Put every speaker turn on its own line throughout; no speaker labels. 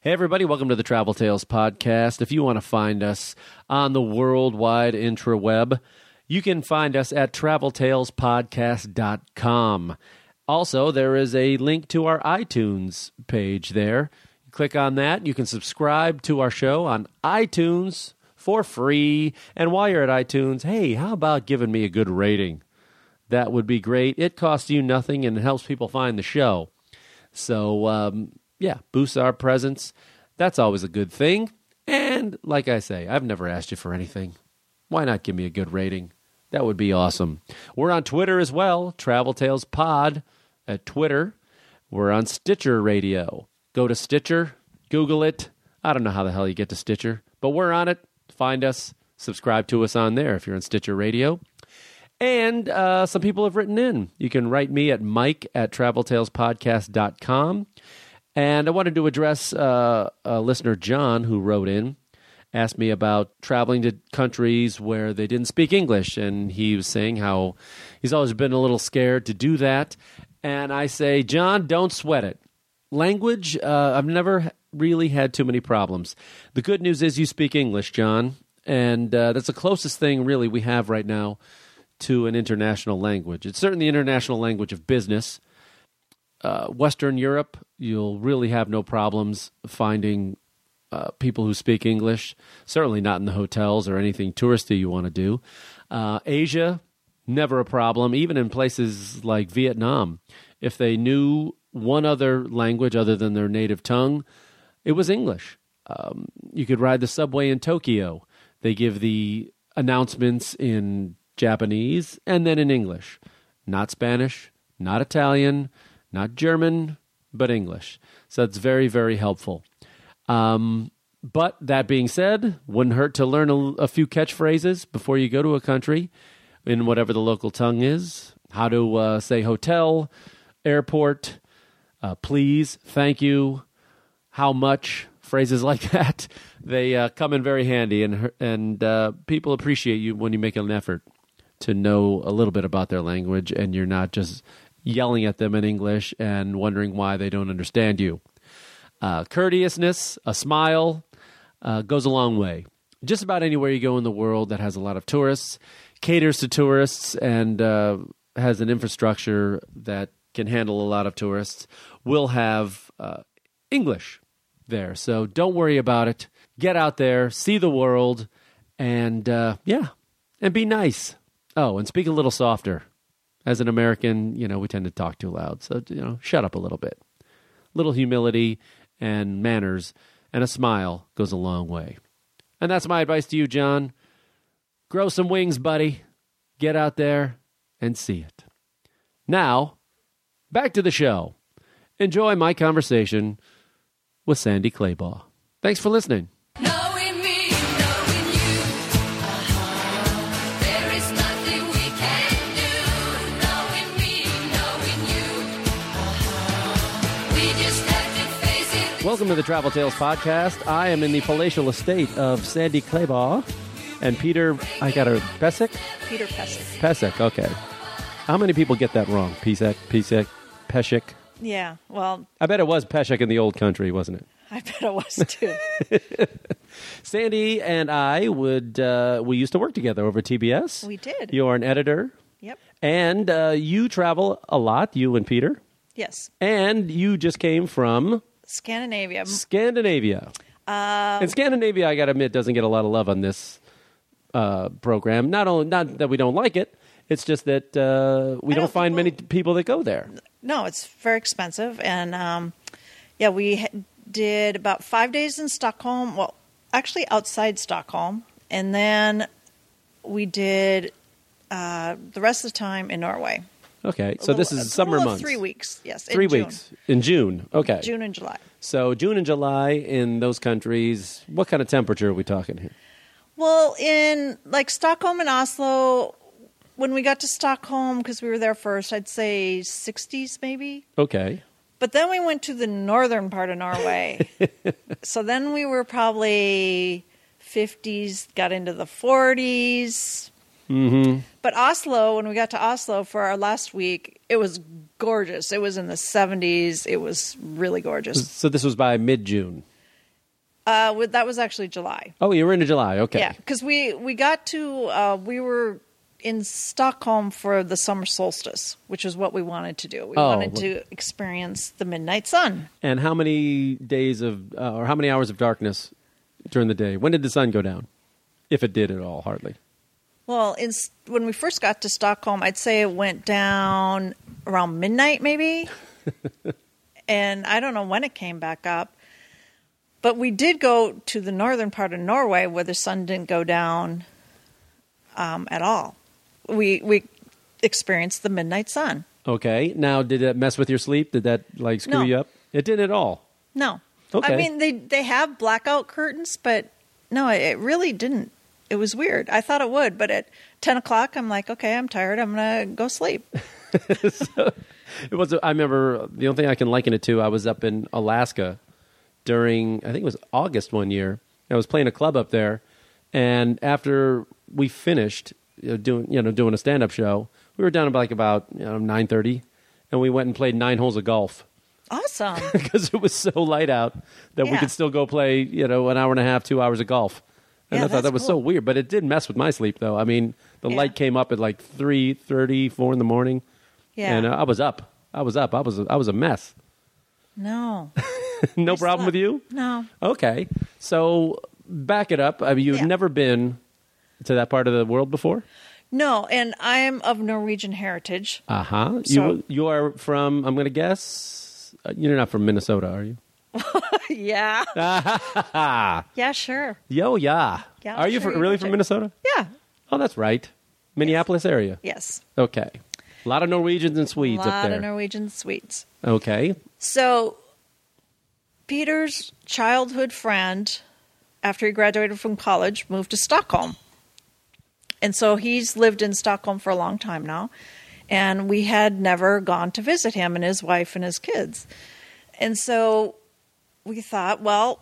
Hey, everybody, welcome to the Travel Tales Podcast. If you want to find us on the worldwide intraweb, you can find us at traveltalespodcast.com. Also, there is a link to our iTunes page there. You click on that, you can subscribe to our show on iTunes for free. And while you're at iTunes, hey, how about giving me a good rating? That would be great. It costs you nothing and it helps people find the show. So, um, yeah, boosts our presence. That's always a good thing. And like I say, I've never asked you for anything. Why not give me a good rating? That would be awesome. We're on Twitter as well, Travel Tales Pod at Twitter. We're on Stitcher Radio. Go to Stitcher, Google it. I don't know how the hell you get to Stitcher, but we're on it. Find us, subscribe to us on there if you're on Stitcher Radio. And uh, some people have written in. You can write me at mike at traveltalespodcast.com. And I wanted to address uh, a listener, John, who wrote in, asked me about traveling to countries where they didn't speak English. And he was saying how he's always been a little scared to do that. And I say, John, don't sweat it. Language, uh, I've never really had too many problems. The good news is you speak English, John. And uh, that's the closest thing, really, we have right now to an international language. It's certainly the international language of business uh, Western Europe, you'll really have no problems finding uh, people who speak English. Certainly not in the hotels or anything touristy you want to do. Uh, Asia, never a problem. Even in places like Vietnam, if they knew one other language other than their native tongue, it was English. Um, you could ride the subway in Tokyo. They give the announcements in Japanese and then in English. Not Spanish, not Italian, not German, but English. So it's very, very helpful. Um, but that being said, wouldn't hurt to learn a, a few catchphrases before you go to a country in whatever the local tongue is. How to uh, say hotel, airport, uh, please, thank you, how much phrases like that they uh, come in very handy and and uh, people appreciate you when you make an effort to know a little bit about their language and you're not just yelling at them in english and wondering why they don't understand you uh, courteousness a smile uh, goes a long way just about anywhere you go in the world that has a lot of tourists caters to tourists and uh, has an infrastructure that can handle a lot of tourists will have uh, english there. So don't worry about it. Get out there, see the world, and uh, yeah, and be nice. Oh, and speak a little softer. As an American, you know, we tend to talk too loud. So, you know, shut up a little bit. Little humility and manners and a smile goes a long way. And that's my advice to you, John. Grow some wings, buddy. Get out there and see it. Now, back to the show. Enjoy my conversation with Sandy Claybaugh. Thanks for listening.
Knowing me, knowing you, Uh-huh. there is nothing we can do. Knowing me, knowing you, Uh-huh. we just have to face it.
Welcome to the Travel Tales podcast. I am in the palatial estate of Sandy Claybaugh and Peter. I got a Pesek.
Peter Pesek.
Pesek. Okay. How many people get that wrong? Pesek. Pesek. Pesek.
Yeah, well,
I bet it was Pesek in the old country, wasn't it?
I bet it was too.
Sandy and I would uh, we used to work together over at TBS.
We did.
You're an editor,
yep.
and uh, you travel a lot. You and Peter,
Yes.
and you just came from
Scandinavia.
Scandinavia.
Um,
and Scandinavia, I got to admit, doesn't get a lot of love on this uh, program. Not only not that we don't like it, it's just that uh, we
I
don't,
don't think
find many
we'll-
t- people that go there.
No, it's very expensive. And um, yeah, we ha- did about five days in Stockholm. Well, actually outside Stockholm. And then we did uh, the rest of the time in Norway.
Okay,
A
so this
little-
is
a
summer
total of
months.
Three weeks. Yes. in
Three
June.
weeks in June. Okay,
June and July.
so June and July in those countries. What kind of temperature are we talking here?
Well, in like Stockholm and Oslo, when we got to Stockholm, because we were there first, I'd say 60s maybe.
Okay,
But then we went to the northern part of Norway. so then we were probably 50s, got into the 40s. Mm-hmm. But Oslo, when we got to Oslo for our last week, it was gorgeous. It was in the 70s. It was really gorgeous.
so this was by mid June.
Uh, with, that was actually July.
Oh, you were into July. Okay.
Yeah, because we we got to uh, we were in Stockholm for the summer solstice, which is what we wanted to do. We
Oh,
wanted
well-
to experience the midnight sun.
And how many days of, uh, or how many hours of darkness during the day? When did the sun go down? If it did at all, hardly.
Well, in, S- when we first got to Stockholm, I'd say it went down around midnight, maybe. and I don't know when it came back up. But we did go to the northern part of Norway where the sun didn't go down um, at all. We, we experienced the midnight sun.
Okay. Now, did that mess with your sleep? Did that like screw
No.
you up? It did at all.
No.
Okay.
I mean, they, they have blackout curtains, but no, it, it really didn't. It was weird. I thought it would, but at 10 o'clock, I'm like, okay, I'm tired. I'm going to go sleep.
It was. I remember the only thing I can liken it to. I was up in Alaska during. I think it was August one year. I was playing a club up there, and after we finished you know, doing, you know, doing a stand up show, we were down at like about you know, nine thirty, and we went and played nine holes of golf
Awesome.
because it was so light out that we
Yeah.
could still go play you know an hour and a half, two hours of golf. And
Yeah,
I thought
that's
that was so
cool.
weird, but it did mess with my sleep though. I mean, the
Yeah.
light came up at like three thirty, four in the morning.
Yeah.
And uh, I was up. I was up. I was I was a mess.
no.
no
I
problem with
slept.
you?
No.
Okay. So back it up. I mean, you've
Yeah.
never been to that part of the world before?
No, and I'm of Norwegian heritage.
Uh huh.
So-
you you are from? I'm going to guess uh, you're not from Minnesota, are you?
yeah. yeah, sure.
Yo, yeah.
Yeah,
are you
sure
fr-
you
really
can
from
check.
Minnesota?
Yeah.
Oh, that's right. Minneapolis area.
Yes.
Okay. A lot of Norwegians and
A
Swedes up
lot
there.
of Norwegian sweets.
okay.
So, Peter's childhood friend, after he graduated from college, moved to Stockholm. And so he's lived in Stockholm for a long time now. And we had never gone to visit him and his wife and his kids. And so we thought, well,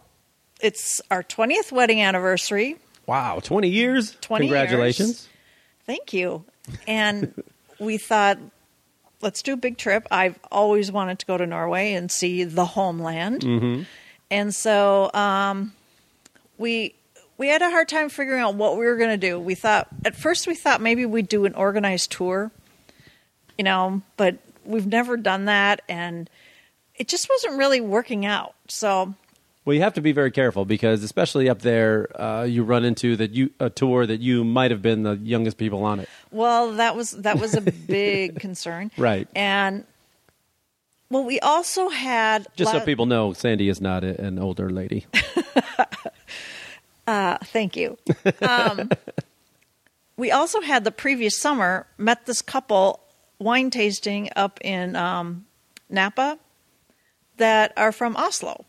it's our 20th wedding anniversary.
Wow, 20 years.
20 years.
Congratulations.
Thank you. And we thought, let's do a big trip. I've always wanted to go to Norway and see the homeland. And so um, we we had a hard time figuring out what we were going to do. We thought at first we thought maybe we'd do an organized tour, you know, but we've never done that, and it just wasn't really working out. So
Well, you have to be very careful because, especially up there, uh, you run into that you a tour that you might have been the youngest people on it.
Well, that was that was a big concern,
Right.
And well, we also had
Just so
la-
people know, Sandy is not a, an older lady.
Uh, thank you. Um, we also had the previous summer met this couple wine tasting up in um, Napa that are from Oslo.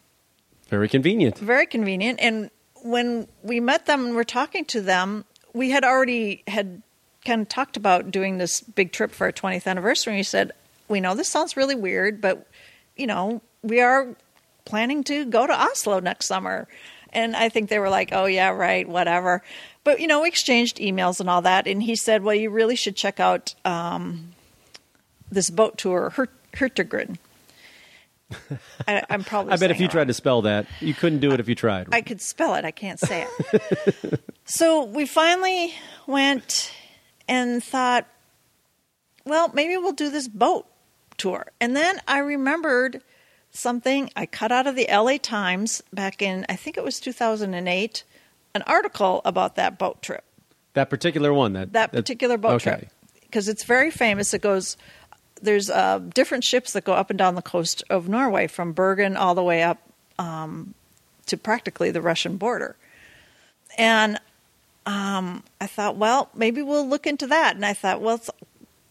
very convenient.
very convenient. And when we met them and we're talking to them, we had already had kind of talked about doing this big trip for our 20th anniversary. And we said, we know this sounds really weird, but you know, we are planning to go to Oslo next summer. And I think they were like, oh, yeah, right, whatever. But, you know, we exchanged emails and all that. And he said, well, you really should check out um, this boat tour, Hert- Hertigren. I, I'm probably
I bet if
saying
you
it wrong.
tried to spell that, you couldn't do it if you tried.
I could spell it. I can't say it. so we finally went and thought, well, maybe we'll do this boat tour. And then I remembered something I cut out of the LA Times back in, I think it was 2008, an article about that boat trip,
that particular one. That
that particular boat
okay.
trip. Because it's very famous. It goes, there's uh, different ships that go up and down the coast of Norway from Bergen all the way up um, to practically the Russian border. And um, I thought, well, maybe we'll look into that. And I thought, well, it's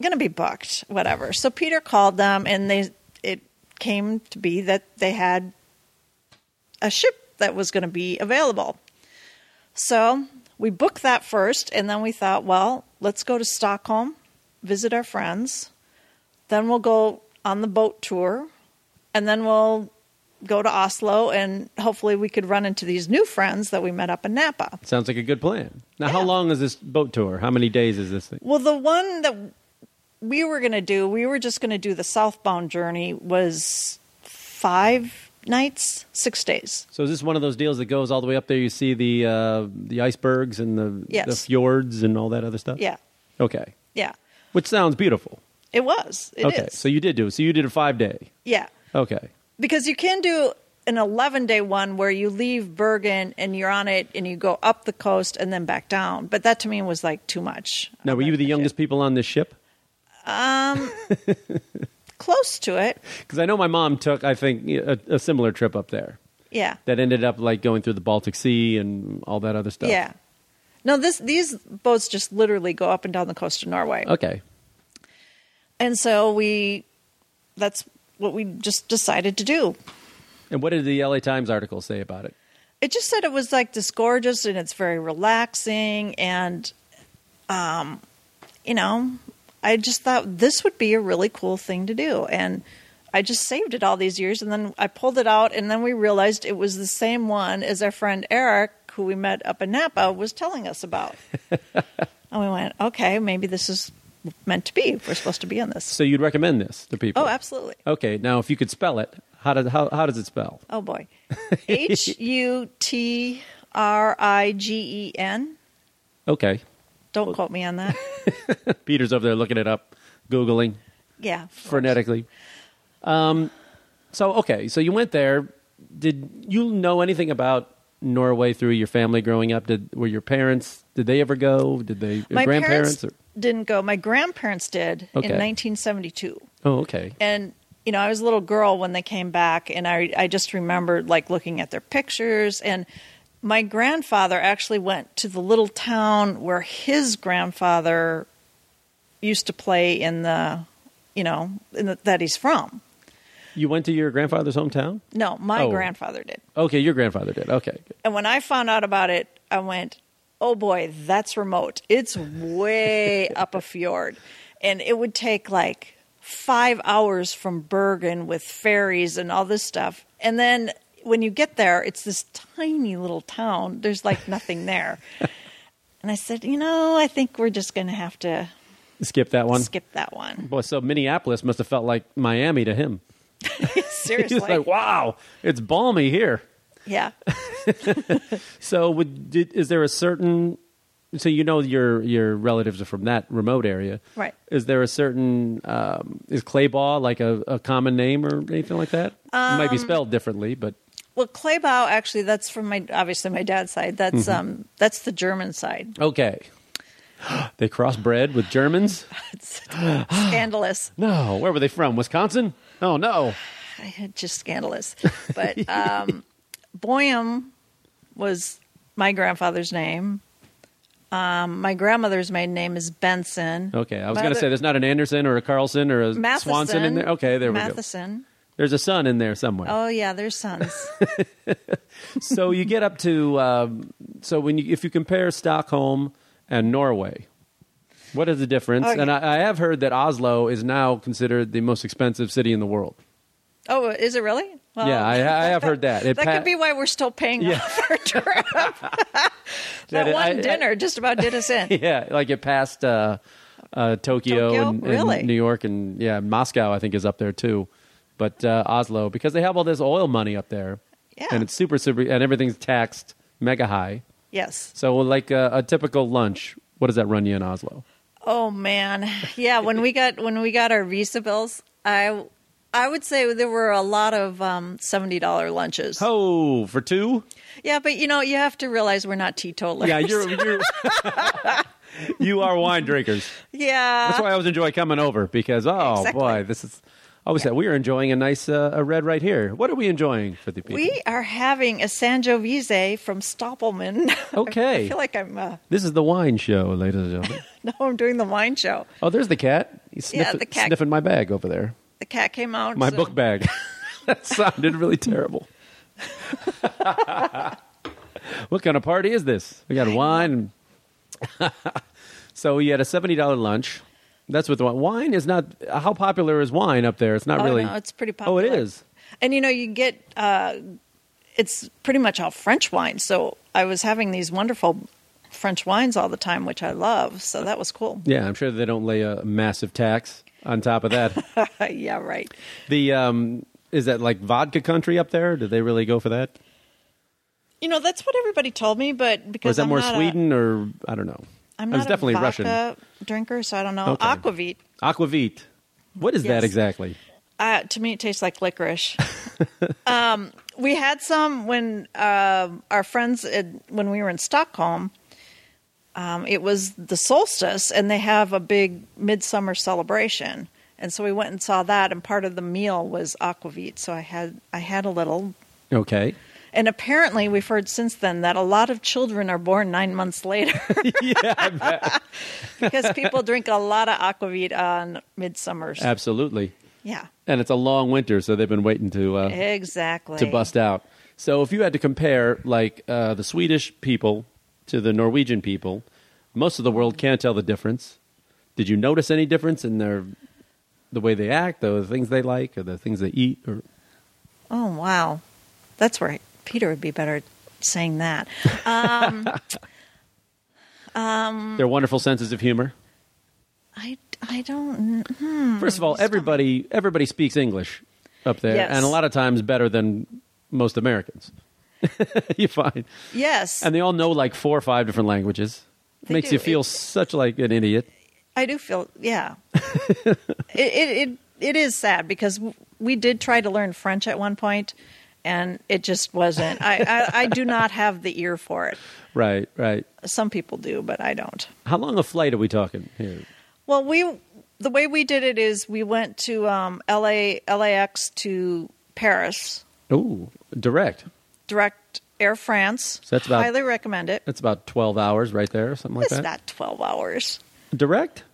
going to be booked, whatever. So Peter called them, and they it came to be that they had a ship that was going to be available. So we booked that first, and then we thought, well, let's go to Stockholm, visit our friends, then we'll go on the boat tour, and then we'll go to Oslo, and hopefully we could run into these new friends that we met up in Napa.
Sounds like a good plan. Now, how
Yeah.
long is this boat tour? How many days is this thing?
Well, the one that we were going to do, we were just going to do the southbound journey, was five nights, six days.
So is this one of those deals that goes all the way up there? You see the uh, the icebergs and the,
Yes.
the fjords and all that other stuff.
Yeah,
Okay.
yeah.
Which sounds beautiful.
It was. It is.
okay. So you did do. So you did a five day.
yeah,
Okay.
because you can do an 11 day one where you leave Bergen and you're on it and you go up the coast and then back down. But that to me was like too much.
Now, were you the youngest people on this ship?
Close to it.
Because I know my mom took, I think, a, a similar trip up there
Yeah.
that ended up like going through the Baltic Sea and all that other stuff.
Yeah. No, this these boats just literally go up and down the coast of Norway.
Okay.
And so we that's what we just decided to do.
And what did the LA Times article say about it?
It just said it was like this gorgeous and it's very relaxing and um you know, I just thought this would be a really cool thing to do and I just saved it all these years and then I pulled it out and then we realized it was the same one as our friend Eric who we met up in Napa was telling us about. and we went, okay, maybe this is meant to be. We're supposed to be on this.
So you'd recommend this to people?
Oh, absolutely.
Okay. Now, if you could spell it, how does how, how does it spell?
Oh boy. H U T R I G E N.
Okay.
Don't quote me on that.
Peter's over there looking it up, googling
Yeah.
frenetically. Um, so okay, so you went there. Did you know anything about Norway through your family growing up? Did were your parents? Did they ever go? Did they?
My
grandparents?
parents didn't go. My grandparents did
Okay.
in 1972.
or, oh, okay.
And you know, I was a little girl when they came back and I I just remembered like looking at their pictures and my grandfather actually went to the little town where his grandfather used to play in the you know, in the, that he's from.
You went to your grandfather's hometown.
No, my
Oh.
grandfather did.
Okay, your grandfather did. Okay, good.
And when I found out about it, I went, oh boy, that's remote. It's way up a fjord. And it would take like five hours from Bergen with ferries and all this stuff. And then when you get there, it's this tiny little town. There's like nothing there. and I said, you know, I think we're just going to have to
skip that one.
skip that one.
Boy, so Minneapolis must have felt like Miami to him. He's
Seriously.
like, wow, it's balmy here.
yeah.
So, would, did, is there a certain? So you know your your relatives are from that remote area,
Right.
Is there a certain um, is claybaugh like a, a common name or anything like that? it might be
Um,
spelled differently, but
Well, Claybaugh, actually, that's from my obviously my dad's side. That's
Mm-hmm.
um that's the German side.
okay. they crossbred with Germans.
It's scandalous.
No, where were they from? Wisconsin? Oh no,
I had just scandalous. But um, Boyum was my grandfather's name. Um, my grandmother's maiden name is Benson.
okay. I was
My
going to
other-
say there's not an Anderson or a Carlson or a
Matheson.
Swanson in there. Okay, there we go.
Matheson.
There's a son in there somewhere.
Oh yeah, there's sons.
so you get up to um, so when you if you compare Stockholm and Norway, what is the difference?
Okay.
And I, I have heard that Oslo is now considered the most expensive city in the world.
oh, is it really? Well,
yeah, I, I have heard that. It
that
pa-
could be why we're still paying
Yeah.
off our trip.
that
that
it-
one
I- I-
dinner just about did us in.
yeah, like it passed uh, uh, Tokyo,
Tokyo?
And, and
Really?
New York, and yeah, Moscow I think is up there too, but uh, Oslo because they have all this oil money up there,
Yeah.
and it's super super and everything's taxed mega high.
Yes.
So like uh, a typical lunch, what does that run you in Oslo?
Oh man, yeah. When we got when we got our visa bills, I I would say there were a lot of um, seventy dollar lunches.
Oh, for two?
Yeah, but you know you have to realize we're not teetotalers.
Yeah, you're, you're you are wine drinkers.
yeah.
That's why I always enjoy coming over because oh
Uh, Exactly.
boy, this is. I always said we are enjoying a nice uh, a red right here. What are we enjoying for the people?
we are having a Sangiovese from Stoppelman.
Okay.
I feel like I'm uh,
this is the wine show, ladies and gentlemen.
no, I'm doing the wine show.
oh, there's the cat. He's
Yeah,
sniffing,
the cat.
sniffing my bag over there.
The cat came out.
My
so-
book bag. that sounded really terrible. what kind of party is this? We got wine. so you had a seventy dollar lunch. That's with the wine. Wine is not how popular is wine up there. It's not
Oh,
really.
no, it's pretty
Oh, it
popular.
is.
And you know, you get uh, it's pretty much all French wine. So I was having these wonderful French wines all the time, which I love. So that was cool.
Yeah, I'm sure they don't lay a massive tax on top of that.
yeah, right.
the um, Is that like vodka country up there? Do they really go for that?
You know, that's what everybody told me, but
Or
because
is that
I'm
more
not
Sweden or I don't know?
A, I'm
I
not
was definitely
a vodka
Russian.
drinker, so I don't know.
Okay.
Aquavit,
Aquavit. What is
Yes.
that exactly?
uh, to me, it tastes like licorice. um, we had some when um our friends in, when we were in Stockholm. Um, it was the solstice, and they have a big midsummer celebration, and so we went and saw that. And part of the meal was aquavit, so I had I had a little.
Okay.
And apparently, we've heard since then that a lot of children are born nine months later.
yeah, I bet.
because people drink a lot of aquavit on midsummers.
absolutely.
yeah,
And it's a long winter, so they've been waiting to uh,
exactly.
to bust out. So if you had to compare like uh, the Swedish people to the Norwegian people, most of the world can't tell the difference. Did you notice any difference in their the way they act, or the things they like, or the things they eat? Or
Oh wow, that's where Peter would be better at saying that.
their wonderful senses of humor?
I I don't.
First of all, everybody everybody speaks English up there,
Yes.
and a lot of times better than most Americans. you find,
Yes,
and they all know like four or five different languages.
They
Makes
do.
you feel
It-
such like an idiot.
I do feel. Yeah, it, it it it is sad because w- we did try to learn French at one point, and it just wasn't. I I, I do not have the ear for it.
Right, right.
Some people do, but I don't.
How long a flight are we talking here?
Well, we the way we did it is we went to um, LA LAX to Paris,
Oh, direct.
direct Air France.
So that's about-
highly recommend it.
That's about 12 hours right there, something like
It's
that.
not twelve hours
Direct?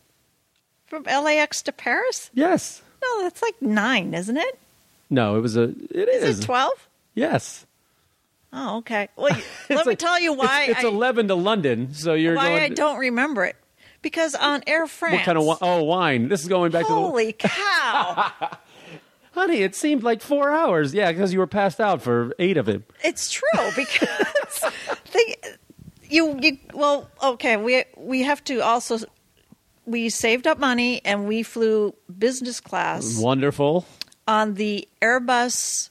from LAX to Paris.
Yes.
No, that's like nine, isn't it?
No, it was a. It is.
Is it twelve?
Yes.
Oh, okay. Well, you- let
It's
me
like-
tell you why
It's, it's
I,
11 to London, so you're
why
going.
I don't remember it. Because on Air France,
What kind of wi- oh wine? This is going back to
holy cow,
the honey. It seemed like four hours. Yeah, because you were passed out for eight of it.
it's true because they, you you well okay we we have to also we saved up money and we flew business class
Wonderful.
on the Airbus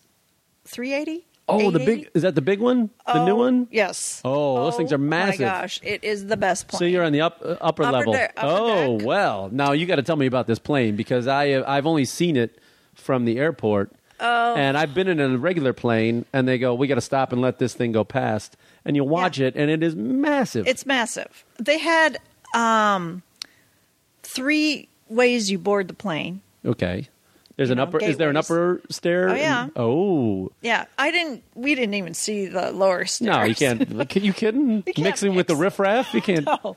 380.
Oh, the
880?
big is that the big one? The new one?
Yes.
Oh, those things are massive.
My gosh, it is the best plane.
So you're on the up, uh, upper,
Upper
level.
deck- upper
oh
deck.
well, now you got to tell me about this plane because I uh, I've only seen it from the airport. Oh. And I've been in a regular plane, and they go, "We got to stop and let this thing go past." And you watch
Yeah.
it, and it is massive.
It's massive. They had um, three ways you board the plane.
okay. There's an
know,
upper. Is there an
gateways.
upper stair?
Oh, yeah.
oh
Yeah, I didn't. We didn't even see the lower stairs.
no, you can't. Can you kidding?
can't
Mixing with the
mix.
riffraff, you can't.
No. Well,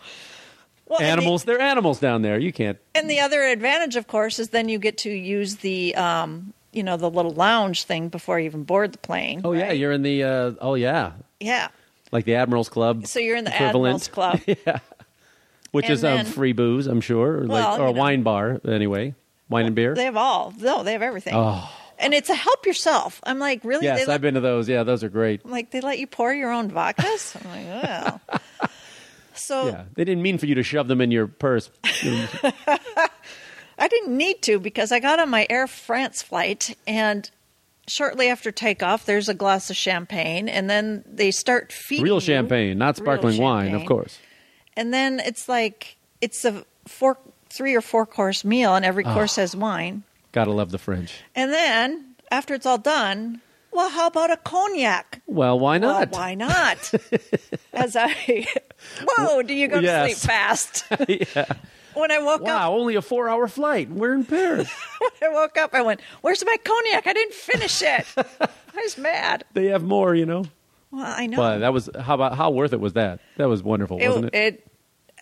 and the-
Animals, they're animals down there. You can't.
And the other advantage, of course, is then you get to use the, um, you know, the little lounge thing before you even board the plane.
Oh yeah, you're in the. Uh, oh yeah,
Yeah.
like the Admirals Club.
So you're in the
equivalent.
Admirals Club.
which
And
is um,
then-
free booze, I'm sure, or,
Well,
like,
you
or a
know.
wine bar anyway, wine and beer.
They have all. No, they have everything.
Oh.
And it's a help yourself. I'm like, really? they
yes,
let,
I've been to those. Yeah, those are great.
I'm like they let you pour your own vodkas? I'm like, wow. so
Yeah, they didn't mean for you to shove them in your purse.
I didn't need to because I got on my Air France flight and shortly after takeoff there's a glass of champagne and then they start feeding
Real
you-
champagne, not
Real
sparkling wine, of
champagne.
course.
And then it's like it's a four three or four course meal and
Ah.
every course has wine.
Gotta love the French.
And then after it's all done, well, how about a cognac?
Well, why
Well,
not?
Oh, why not? As I, whoa, do you go
Yes.
to sleep fast? When I woke
Wow,
up,
only a four-hour flight. We're in Paris.
when I woke up. I went, "Where's my cognac? I didn't finish it." I was mad.
they have more, you know.
Well, I know.
But that was how about how worth it was that? That was wonderful,
it,
wasn't
it,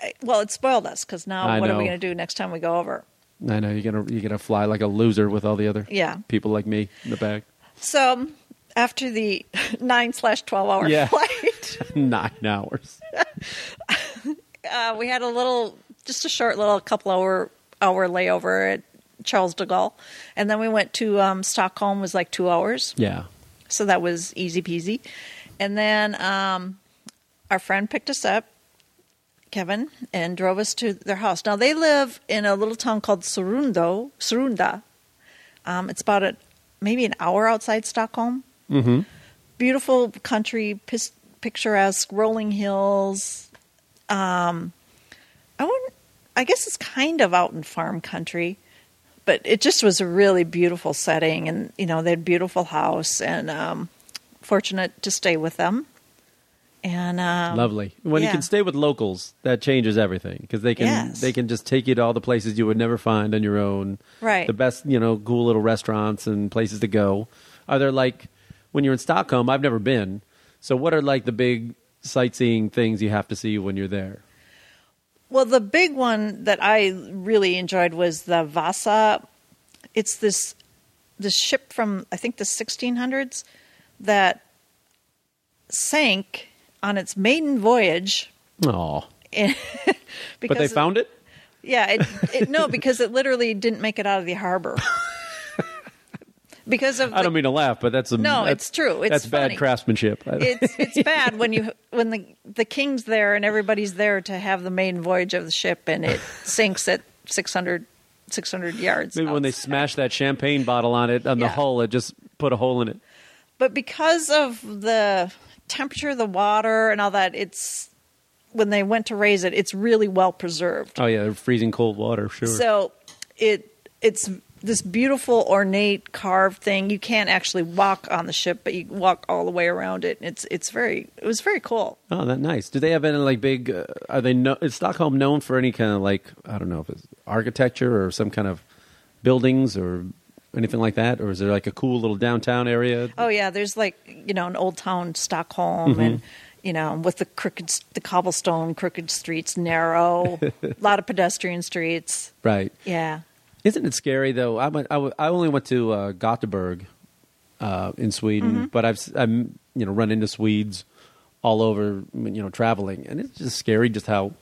I- well, it spoiled us because now
I
what are we
know.
going to do next time we go over?
I know you're gonna you're gonna fly like a loser with all the other
Yeah.
people like me in the back.
So after the nine slash twelve hour
Yeah.
flight,
Nine hours.
uh, we had a little, just a short little couple hour hour layover at Charles de Gaulle, and then we went to um, Stockholm. Was like two hours.
Yeah.
So that was easy peasy. And then um, our friend picked us up, Kevin, and drove us to their house. Now they live in a little town called Surundo, Surunda. Um, it's about a maybe an hour outside Stockholm.
Mm-hmm.
Beautiful country, pis- picturesque, rolling hills. Um, I wouldn't. I guess it's kind of out in farm country, but it just was a really beautiful setting, and you know they had a beautiful house, and um, fortunate to stay with them. And um,
Lovely. When you
yeah.
can stay with locals, that changes everything because they can
Yes.
they can just take you to all the places you would never find on your own.
Right.
The best, you know, cool little restaurants and places to go. Are there like when you're in Stockholm? I've never been. So what are like the big sightseeing things you have to see when you're there?
Well, the big one that I really enjoyed was the Vasa. It's this this ship from I think the 1600s that sank on its maiden voyage.
Oh, but
Because
they found it.
Yeah, it, it, no, because it literally didn't make it out of the harbor. because of
I don't mean to laugh, but that's a
No,
that's-
it's true. It's
that's
funny.
bad craftsmanship.
it's it's bad when you when the the king's there and everybody's there to have the maiden voyage of the ship and it sinks at 600, 600 yards.
Maybe when they
outside.
smashed that champagne bottle on it on the
Yeah.
hull, it just put a hole in it.
but because of the temperature of the water and all that it's when they went to raise it it's really well preserved
Oh yeah, freezing cold water. Oh, Sure.
so it it's this beautiful ornate carved thing you can't actually walk on the ship but you walk all the way around it it's it's very it was very cool
Oh, that nice. Do they have any like big? Uh, are they no, is Stockholm known for any kind of like I don't know if it's architecture or some kind of buildings or anything like that, or is there like a cool little downtown area?
oh yeah there's like you know an old town stockholm
Mm-hmm.
and you know with the crooked s- the cobblestone crooked streets narrow a lot of pedestrian streets
Right.
yeah
Isn't it scary though? I went. I, w- I only went to uh, Gothenburg uh, in Sweden,
Mm-hmm.
but I've s- I'm you know run into Swedes all over you know traveling, and it's just scary just how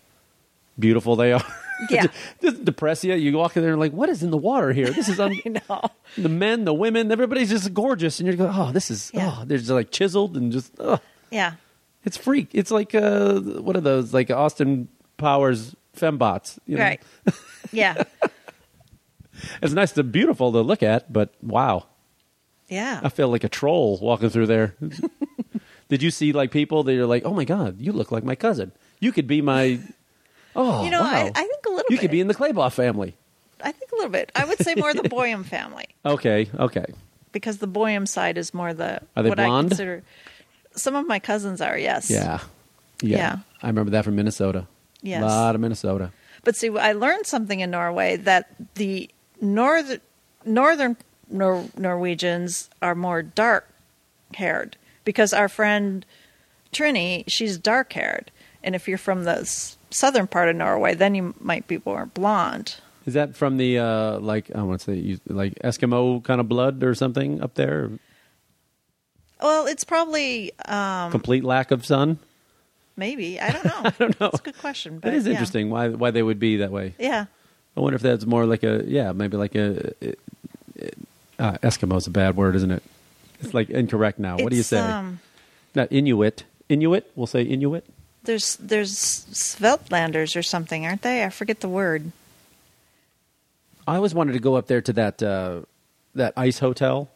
beautiful they are.
Yeah.
just depress you. You walk in there and like, what is in the water here? This is un-
you know
the men, the women, everybody's just gorgeous, and you're going, oh, this is
Yeah.
oh, they're just like chiseled and just oh,
yeah
it's freak. It's like uh, what are those like Austin Powers fembots? You know?
Right. Yeah.
It's nice, to beautiful to look at, but wow, I
Yeah.
feel like a troll walking through there. Did you see like people that are like, oh my god, you look like my cousin. You could be my. Oh,
You know, I-
wow.
I think a little
You could
bit.
be in the Claybaugh family.
I think a little bit. I would say more the Boyum family
Okay, okay.
because the Boyum side is more the
Are they
what
blonde?
I consider. Some of my cousins are, yes.
Yeah. yeah.
Yeah.
I remember that from Minnesota.
Yes.
A lot of Minnesota.
But see, I learned something in Norway that the northern northern Nor- Norwegians are more dark haired because our friend Trini, she's dark haired, and if you're from the s- southern part of Norway, then you might be more blonde.
Is that from the uh, like I want to say you- like Eskimo kind of blood or something up there?
Well, it's probably uh, Um,
Complete lack of sun.
Maybe I don't know. I
don't know.
It's a good question. But
That is
yeah.
interesting. Why why they would be that way?
Yeah,
I wonder if that's more like a yeah maybe like a uh, Eskimo is a bad word, isn't it? It's like incorrect now. what do you
It's,
say?
um,
Not Inuit. Inuit. We'll say Inuit.
there's there's Sveltlanders or something, aren't they? I forget the word.
I always wanted to go up there to that uh, that ice hotel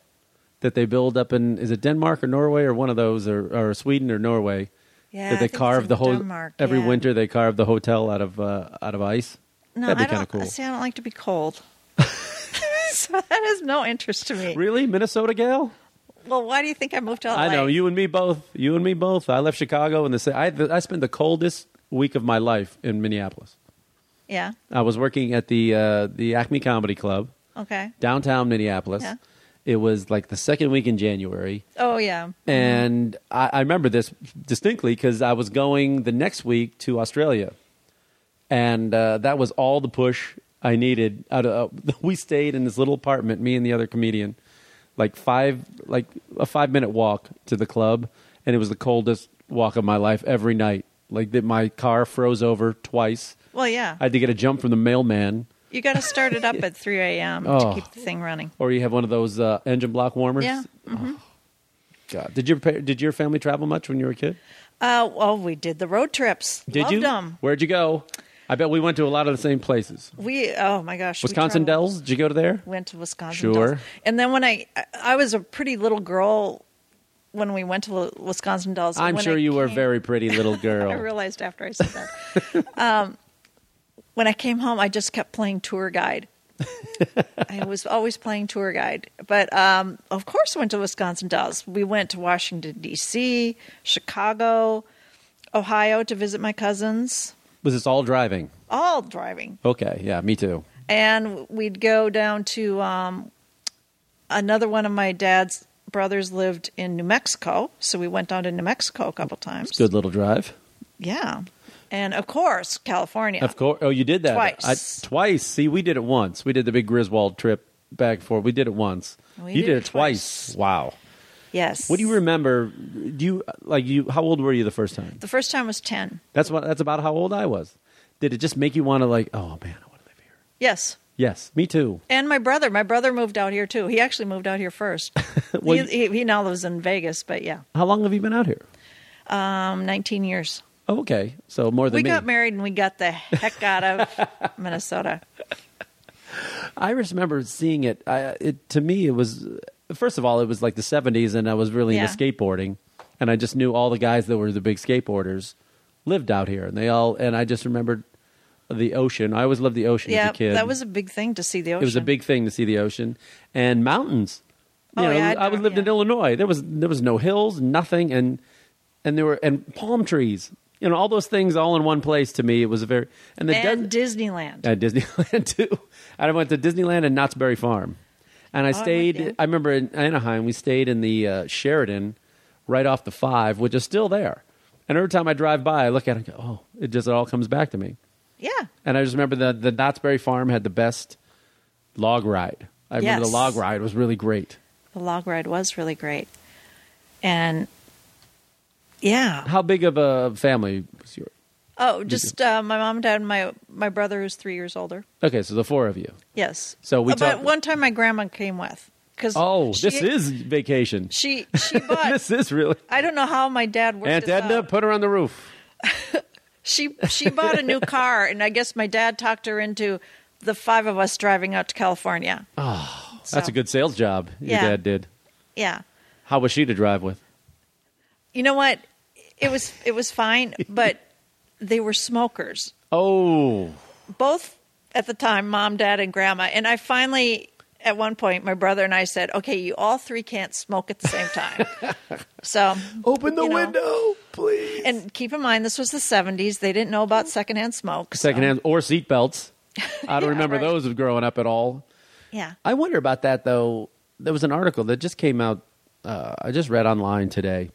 that they build up in is it Denmark or Norway or one of those or, or Sweden or Norway.
Yeah,
that
I
they
think it's
carve
in
the whole
Denmark,
every
yeah.
winter they carve the hotel out of uh, out of ice.
No,
That'd be
I
kind of
don't.
cool.
See, I don't like to be cold. so that is no interest to me.
Really, Minnesota gal?
Well, why do you think Oh, I moved to LA?
I know you and me both. You and me both. I left Chicago and the sa- I I spent the coldest week of my life in Minneapolis.
Yeah.
I was working at the uh, the Acme Comedy Club
Okay.
downtown Minneapolis.
Yeah.
It was like the second week in January.
Oh yeah.
And I, I remember this distinctly because I was going the next week to Australia. And uh, that was all the push I needed. Out of, uh, we stayed in this little apartment, me and the other comedian, like five, like a five minute walk to the club, and it was the coldest walk of my life every night. Like that, my car froze over twice.
Well, yeah.
I had to get a jump from the mailman,
you got to start it up at 3 a.m.
Oh.
to keep the thing running.
or you have one of those uh, engine block warmers. Oh,
Yeah.
God, did your pa- did your family travel much when you were a kid?
Uh, well, we did the road trips.
Did
Loved
you?
'em.
Where'd you go? I bet we went to a lot of the same places.
We oh my gosh, we
Wisconsin
traveled-
Dells. Did you go to there?
Went to Wisconsin
Sure.
Dells, and then when I I- I was a pretty little girl when we went to Lo- Wisconsin Dells.
I'm
When
sure
I
you were a
came-
very pretty little girl.
I realized after I said that. um, when I came home, I just kept playing tour guide. I was always playing tour guide, but um, of course, went to Wisconsin Dells. We went to Washington D.C., Chicago, Ohio to visit my cousins.
Was this all driving?
All driving,
Okay, yeah, me too.
and we'd go down to um, another one of my dad's brothers lived in New Mexico, so we went down to New Mexico a couple times.
Good little drive.
yeah, and of course, California.
Of course. Oh, you did that
Twice.
I, twice. See, we did it once. We did the big Griswold trip back for. We did it once.
We
you
did
did it
it
twice. Wow.
Yes.
What do you remember? Do you like you? How old were you the first time?
The first time was 10.
That's what. That's about how old I was. Did it just make you want to like? Oh man, I want to live here.
Yes.
Yes, me too.
And my brother. My brother moved out here too. He actually moved out here first.
Well,
he, he, he now lives in Vegas, but yeah,
How long have you been out here?
um, 19 years.
Oh, okay, so more than
We
me.
got married and we got the heck out of Minnesota.
I just remember seeing it. I, it to me, it was first of all, it was like the '70s, and I was really
Yeah.
into skateboarding, and I just knew all the guys that were the big skateboarders lived out here, and they all. And I just remembered the ocean. I always loved the ocean as
Yeah,
a kid.
that was a big thing to see the ocean.
it was a big thing to see the ocean and mountains. You
Oh,
know,
yeah, I'd
I was
go-
lived in
yeah.
Illinois. There was there was no hills, nothing, and and there were and palm trees. You know, all those things all in one place. To me, it was a very and the
And
desert-
Disneyland.
at Disneyland too. And I went to Disneyland and Knott's Berry Farm. And I
with
stayed,
you.
I remember in Anaheim, we stayed in the uh, Sheridan right off the five, which is still there. And every time I drive by, I look at it and go, oh, it just it all comes back to me.
yeah.
And I just remember the, the Knott's Berry Farm had the best log ride. I remember
Yes.
the log ride was really great.
The log ride was really great. And yeah.
How big of a family was your?
Oh, just uh, my mom, dad, and my, my brother who's three years older.
Okay, so the four of you.
Yes.
So we
Uh, But
talked-
one time my grandma came with. 'cause
Oh,
she-
this is vacation.
She she bought.
this is really.
I don't know how my dad worked.
Aunt
this out.
Edna, put her on the roof.
She she bought a new car, and I guess my dad talked her into the five of us driving out to California.
Ah, That's
So-
a good sales job your
Yeah.
dad did.
Yeah,
How was she to drive with?
you know what? It was it was fine, but they were smokers
Oh,
both at the time, mom, dad, and grandma. And I finally. At one point, my brother and I said, "Okay, you all three can't smoke at the same time." so
open the
you know.
window, please.
And keep in mind, this was the '70s; they didn't know about secondhand smoke. so-
Hmm. Secondhand or seatbelts. I don't
Yeah,
remember
right.
those of growing up at all.
yeah.
I wonder about that though. There was an article that just came out. Uh, I just read online today,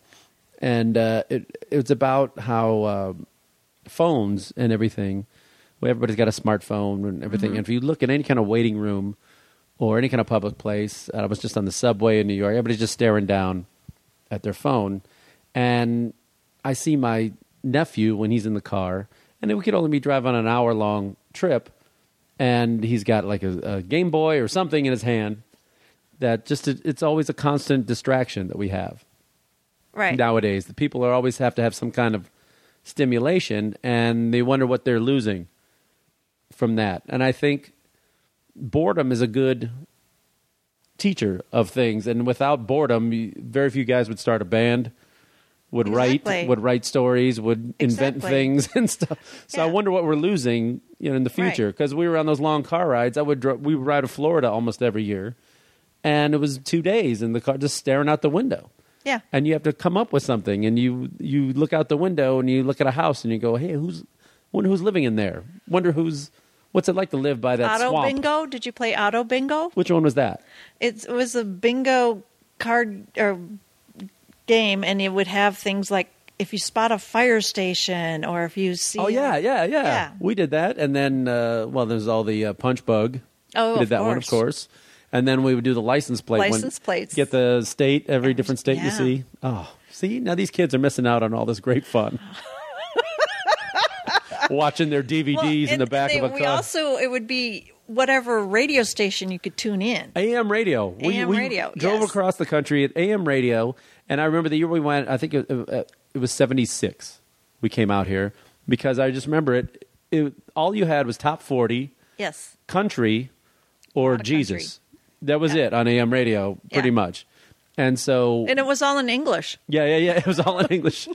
and uh, it it was about how uh, phones and everything. Well, everybody's got a smartphone and everything.
Mm-hmm.
And if you look in any kind of waiting room or any kind of public place, and I was just on the subway in New York. Everybody's just staring down at their phone, and I see my nephew when he's in the car, and we could only be driving on an hour long trip, and he's got like a, a Game Boy or something in his hand. That just it's always a constant distraction that we have
Right.
nowadays. The people are always have to have some kind of stimulation, and they wonder what they're losing from that. And I think boredom is a good teacher of things. And without boredom, you- very few guys would start a band, would
Exactly.
write, would write stories, would invent
Exactly.
things and stuff. So I
Yeah.
wonder what we're losing, you know, in the
Right.
future. Because we were on those long car rides. I would dri- we would ride to Florida almost every year, and it was two days in the car, just staring out the window
Yeah.
and you have to come up with something and you you look out the window and you look at a house and you go hey who's wonder who's living in there wonder who's what's it like to live by that
auto
swamp
bingo. Did you play auto bingo?
which one was that
It's, it was a bingo card or game, and it would have things like if you spot a fire station or if you see.
oh yeah, yeah yeah
Yeah.
we did that and then uh, well there's all the uh, punch bug
Oh,
we did
of
that one of
course.
course and then we would do the license plate one.
License plates.
get the state every different state
yeah.
you see oh see now these kids are missing out on all this great fun watching their dvds
Well,
in
and
the back
they-
of a
We
car
also it would be whatever radio station you could tune in.
AM radio. We,
AM
we
radio,
Drove
yes.
across the country at AM radio, and I remember the year we uh, went. I think it, uh, it was '76. We came out here because I just remember it. it, all you had was top 40,
Yes.
country, or
lot of
Jesus. That was it on AM radio, pretty
Yeah.
much. And so,
And it was all in English.
yeah, yeah, yeah. It was all in English.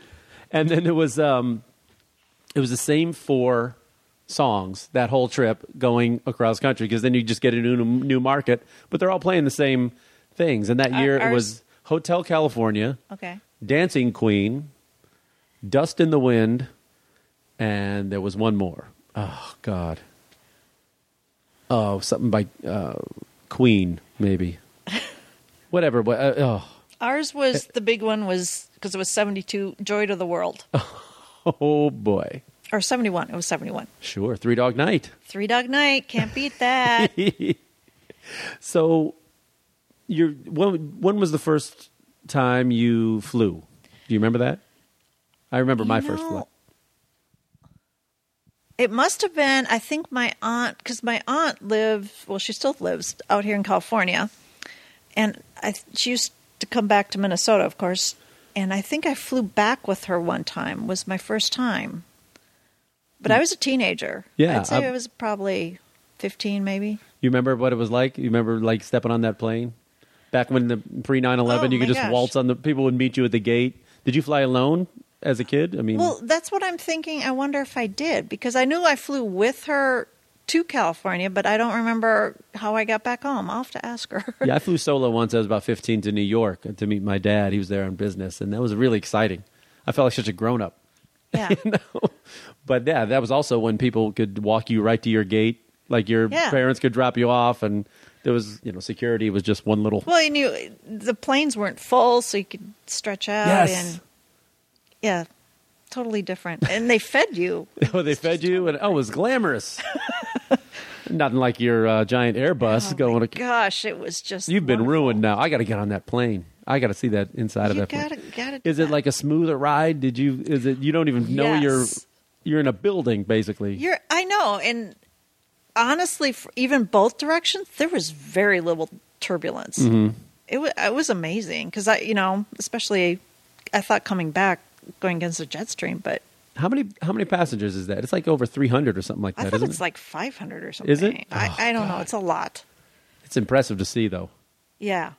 And then it was, um, it was the same four songs that whole trip going across country because then you just get a new new market, but they're all playing the same things. And that
Our-
year it
ours-
was Hotel California.
Okay.
Dancing Queen, Dust in the Wind, and there was one more. Oh God. Oh, something by uh, Queen, maybe. Whatever. But uh, oh.
Ours was the big one was because it was 72 Joy to the World
oh boy,
or 71. It was 71.
sure. Three Dog Night.
Three Dog Night. Can't beat that.
So, you're when when was the first time you flew? Do you remember that? I remember my
You
first
know,
flight.
It must have been, I think my aunt, because my aunt lived, well, she still lives out here in California. And I, she used to come back to Minnesota, of course. And I think I flew back with her one time, was my first time. But I was a teenager.
Hmm. Yeah,
I'd say
I-
I was probably 15, maybe.
You remember what it was like? You remember like stepping on that plane back when the pre 9 11
Oh,
you could
my
just
gosh.
waltz on the people would meet you at the gate. Did you fly alone as a kid? I mean,
Well, that's what I'm thinking. I wonder if I did because I knew I flew with her to California, but I don't remember how I got back home. I'll have to ask her.
yeah, I flew solo once. I was about 15 to New York to meet my dad. He was there on business, and that was really exciting. I felt like such a grown up.
Yeah.
But yeah, that was also when people could walk you right to your gate. Like your
Yeah.
parents could drop you off, and there was, you know, security was just one little.
Well, you knew the planes weren't full, so you could stretch out.
Yes.
And yeah, totally different. And they fed you.
Oh, they fed you, and oh, it was glamorous. Nothing like your uh, giant
Oh,
Airbus going. ac-
Gosh, it was just.
You've been
wonderful.
ruined now. I got to get on that plane. I got to see that inside of
You
that plane.
gotta, gotta. do
Is it
that.
like a smoother ride? Did you? Is it? You don't even know you're.
Yes.
You're in a building, basically.
You're, I know, and honestly, for even both directions, there was very little turbulence.
Mm-hmm.
It was it was amazing because I, you know, especially I thought coming back going against the jet stream, but
how many? How many passengers is that? It's like over three hundred or something like
I
that,
thought
isn't
it's
it?
like 500 or something.
Is it?
I,
Oh,
I don't know.
God.
It's a lot.
It's impressive to see, though.
Yeah.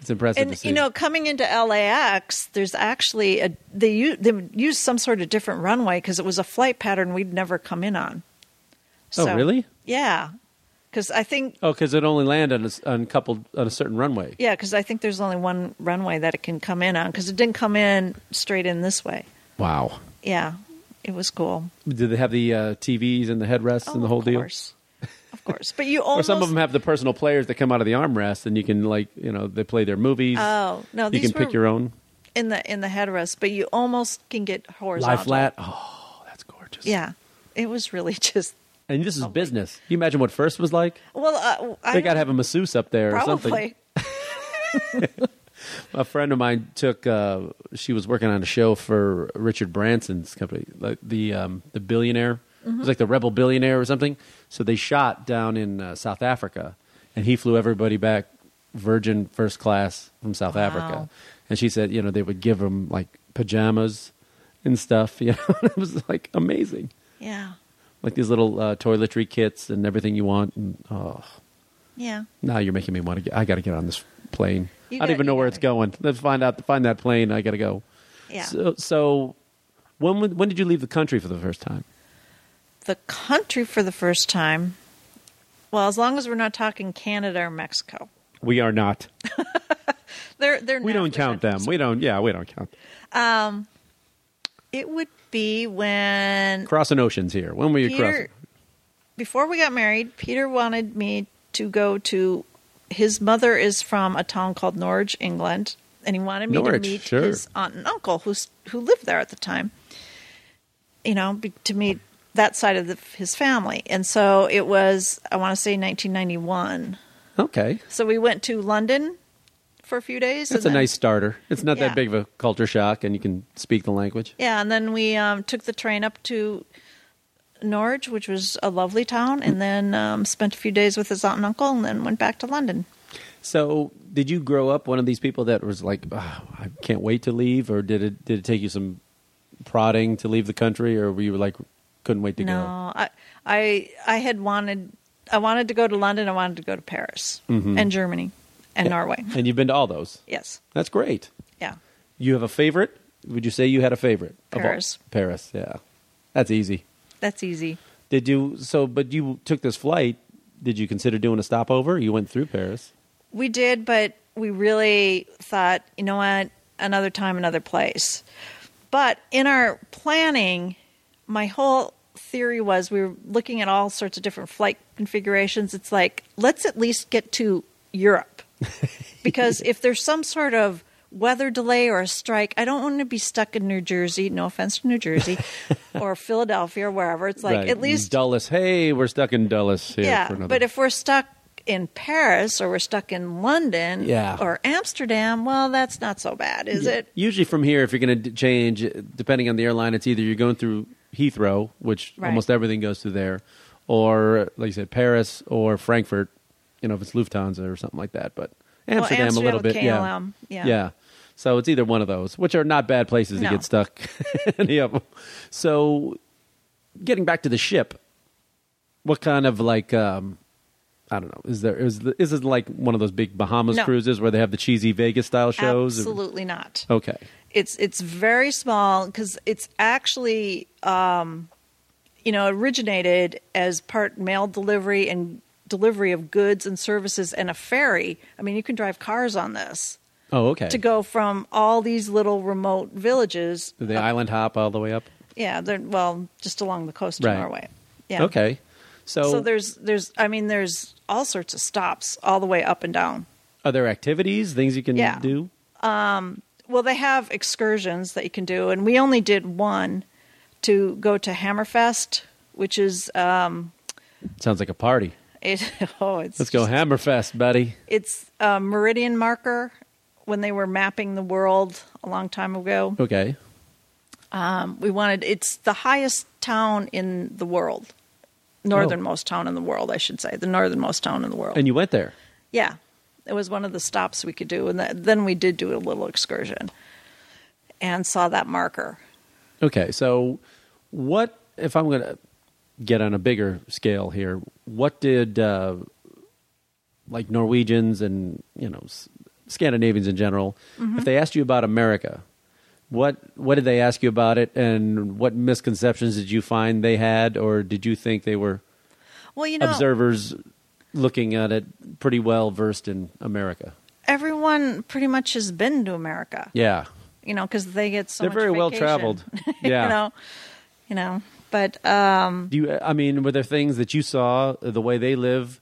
It's impressive to
And
see.
you know, coming into LAX, there's actually a they u- they used some sort of different runway because it was a flight pattern we'd never come in on.
oh, really?
Yeah, because I think
Oh, because it only landed on a, s- on coupled on a certain runway.
Yeah, because I think there's only one runway that it can come in on because it didn't come in straight in this way.
Wow.
Yeah, it was cool.
Did they have the uh, TVs and the headrests and the whole
Oh, of
deal?
course. Of course. But you
Or
almost.
some of them have the personal players that come out of the armrest, and you can like you know they play their movies.
Oh, no,
you
these
can pick
were-
your own.
In the, in the headrest, but you almost can get horizontal.
Lie flat. Oh, that's gorgeous.
Yeah. It was really just.
And this is business. Can you imagine what first was like?
Well, uh, I.
they
don't-
got to have a masseuse up there or something.
Probably.
A friend of mine took. Uh, she was working on a show for Richard Branson's company, like the um, the billionaire. It was like the rebel billionaire or something. So they shot down in uh, South Africa, and he flew everybody back Virgin first class from South
Wow.
Africa. And she said, you know, they would give them like pajamas and stuff. You know, it was like amazing.
Yeah.
Like these little uh, toiletry kits and everything you want. And, oh,
Yeah.
Now you're making me want to get. I got to get on this plane.
You
I don't
gotta-
even know
you
where
gotta-
it's going. Let's find out. Find that plane. I got to go.
Yeah.
So, so when would- when did you leave the country for the first time?
the country for the first time. Well, as long as we're not talking Canada or Mexico.
We are not.
They're, they're
We
not
don't count
different.
them. We don't. Yeah, we don't count.
It would be when
Crossing oceans here. When were you crossing?
Peter, before we got married, Peter wanted me to go to. His mother is from a town called Norwich, England, and he wanted me
Norwich,
to meet
sure.
his aunt and uncle, who's who lived there at the time. You know, be, to meet that side of the, his family, and so it was. I want to say 1991.
Okay,
So we went to London for a few days.
that's a
and then-
nice starter. It's not
Yeah.
that big of a culture shock, and you can speak the language.
Yeah, and then we um, took the train up to Norwich, which was a lovely town, and then um, spent a few days with his aunt and uncle, and then went back to London.
So, did you grow up one of these people that was like, "Ah, I can't wait to leave, or did it did it take you some prodding to leave the country, or were you like Couldn't wait to
no,
go.
I, I, I had wanted, I wanted to go to London. I wanted to go to Paris and Germany and Norway.
And you've been to all those.
Yes,
That's great.
yeah.
You have a favorite? Would you say you had a favorite? Of all-
Paris.
Paris, yeah. That's easy.
That's easy.
Did you so but you took this flight, did you consider doing a stopover? You went through Paris.
We did, but we really thought, you know what, another time, another place. But in our planning, my whole theory was we were looking at all sorts of different flight configurations. It's like, let's at least get to Europe. because if there's some sort of weather delay or a strike, I don't want to be stuck in New Jersey, no offense to New Jersey, or Philadelphia or wherever. It's like,
Right.
at least
Dulles. Hey, we're stuck in Dulles here
yeah,
for another
but if we're stuck in Paris or we're stuck in London
Yeah.
or Amsterdam, well, that's not so bad, is it?
Usually from here, if you're going to change, depending on the airline, it's either you're going through Heathrow, which
Right.
almost everything goes through there, or like you said, Paris or Frankfurt. You know, if it's Lufthansa or something like that, but Amsterdam,
Well,
a
Amsterdam
little
with
bit, yeah.
KLM, yeah.
So it's either one of those, which are not bad places
No.
to get stuck. any of them. So, getting back to the ship, what kind of like um, I don't know? Is there is the- is it like one of those big Bahamas
No.
cruises where they have the cheesy Vegas style shows?
Absolutely not.
Okay.
It's it's very small because it's actually um, you know originated as part mail delivery and delivery of goods and services and a ferry. I mean, you can drive cars on this
Oh, okay.
to go from all these little remote villages.
Do they island hop all the way up?
Yeah, they're well just along the coast of
Right.
Norway. Yeah.
Okay. So,
So there's there's I mean there's all sorts of stops all the way up and down.
are there activities, things you can
Yeah.
do?
Well, they have excursions that you can do, and we only did one to go to Hammerfest, which is um,
Sounds like a party.
it, oh it's
Let's go
just-
Hammerfest, buddy.
It's a meridian marker when they were mapping the world a long time ago.
Okay.
We wanted it's the highest town in the world, northernmost town in the world, I should say, the northernmost town in the world.
Oh. And you went there.
Yeah, it was one of the stops we could do, and th- then we did do a little excursion and saw that marker.
Okay. So, what if I'm going to get on a bigger scale here? What did uh, like Norwegians and you know S- Scandinavians in general,
Mm-hmm.
if they asked you about America, what what did they ask you about it, and what misconceptions did you find they had, or did you think they were
Well, you know,
observers looking at it pretty well versed in America.
everyone pretty much has been to America.
Yeah.
You know, because they get so
They're
much
very well
vacation,
traveled. Yeah.
you know, you know, but um,
Do you, I mean, were there things that you saw the way they live,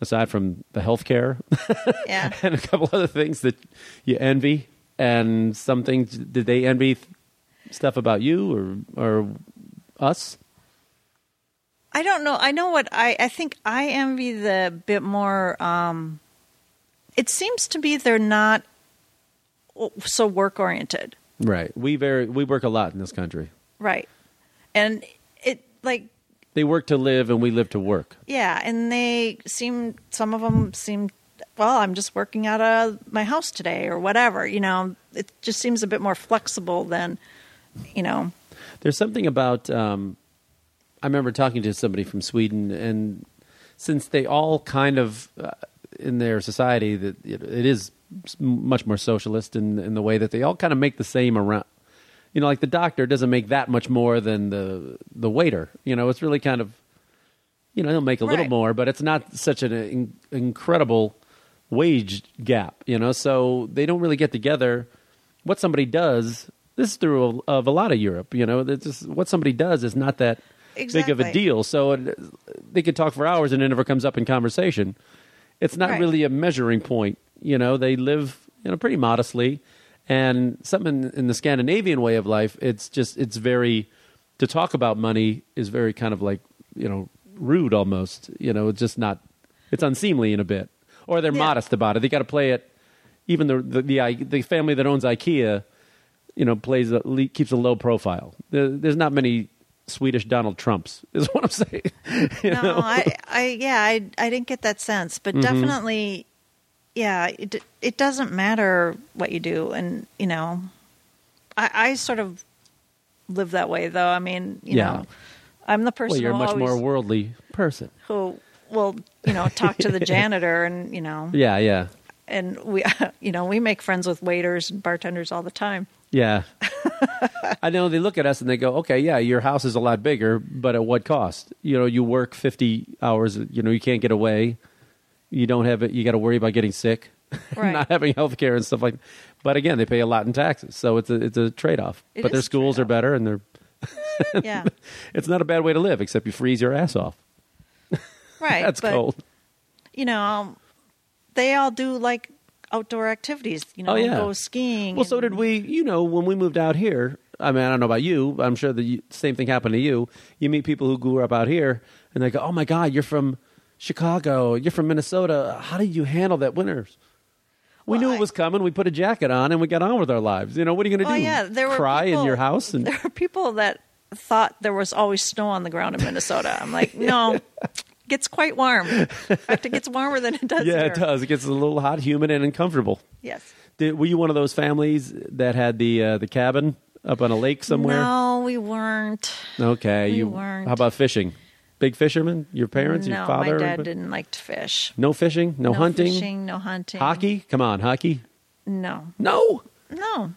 aside from the healthcare
yeah.
and a couple other things that you envy, and some things did they envy th- stuff about you or or us?
I don't know. I know what I. I think I envy the bit more. Um, it seems to be they're not oh, so work oriented.
Right. We very we work a lot in this country.
Right. And it like
They work to live, and we live to work.
yeah, and they seem some of them seem well, I'm just working out of my house today or whatever, you know. It just seems a bit more flexible than you know.
There's something about. Um, I remember talking to somebody from Sweden, and since they all kind of uh, in their society that it, it is s- much more socialist in in the way that they all kind of make the same around. You know, like the doctor doesn't make that much more than the the waiter. You know, it's really kind of. You know, they'll make a little
Right.
more, but it's not such an in, incredible wage gap. You know, so they don't really get together what somebody does this is through a, of a lot of Europe. You know, that's just, what somebody does is not that big of a
Exactly.
deal. So it, they could talk for hours and it never comes up in conversation. It's not
Right.
really a measuring point. You know, they live you know pretty modestly, and something in, in the Scandinavian way of life. It's just it's very to talk about money is very kind of like you know rude almost. You know, it's just not it's unseemly in a bit, or they're
Yeah.
modest about it. They got to play it. Even the, the the I- the family that owns IKEA, you know, plays a, le- keeps a low profile. There, there's not many Swedish Donald Trumps, is what I'm saying. You Mm-hmm.
No, I I yeah, I I didn't get that sense, but definitely yeah, it it doesn't matter what you do and, you know, I I sort of live that way though. I mean, you
Yeah.
know, I'm the person
Well, you're a
who
much
always,
more worldly person.
who will you know talk to the janitor and you know
Yeah, yeah,
and we you know we make friends with waiters and bartenders all the time.
yeah. I know they look at us and they go, "Okay, yeah, your house is a lot bigger, but at what cost? You know, you work fifty hours. You know, you can't get away. You don't have it. You got to worry about getting sick,
Right.
not having health care and stuff like. But again, they pay a lot in taxes, so it's a it's a trade off.
It
But
is
their
a
schools are
trade-off.
better, and they're
Yeah,
it's not a bad way to live, except you freeze your ass off.
right.
That's
but,
cold.
You know, um, they all do like outdoor activities. You know,
Oh, yeah.
go skiing.
Well, so
and-
did we. You know, when we moved out here, I mean, I don't know about you. but I'm sure the y- same thing happened to you. You meet people who grew up out here, and they go, "Oh my God, you're from Chicago. You're from Minnesota. How did you handle that winter?" We
Well,
knew
I-
it was coming. We put a jacket on, and we got on with our lives. You know, what are you going to
Oh
do?
yeah, there were
cry
people,
in your house, and
there were people that thought there was always snow on the ground in Minnesota. I'm like, no, it gets quite warm. In fact, it gets warmer than it does.
yeah, it
here.
does. It gets a little hot, humid, and uncomfortable.
Yes.
Did, were you one of those families that had the uh, the cabin up on a lake somewhere?
No, we weren't.
Okay,
We
you.
weren't.
How about fishing? Big fisherman? Your parents?
no,
your father?
my dad
everybody?
didn't like to fish.
No fishing? No,
no
hunting?
fishing, no hunting,
Hockey? Come on, hockey?
No,
No,
no.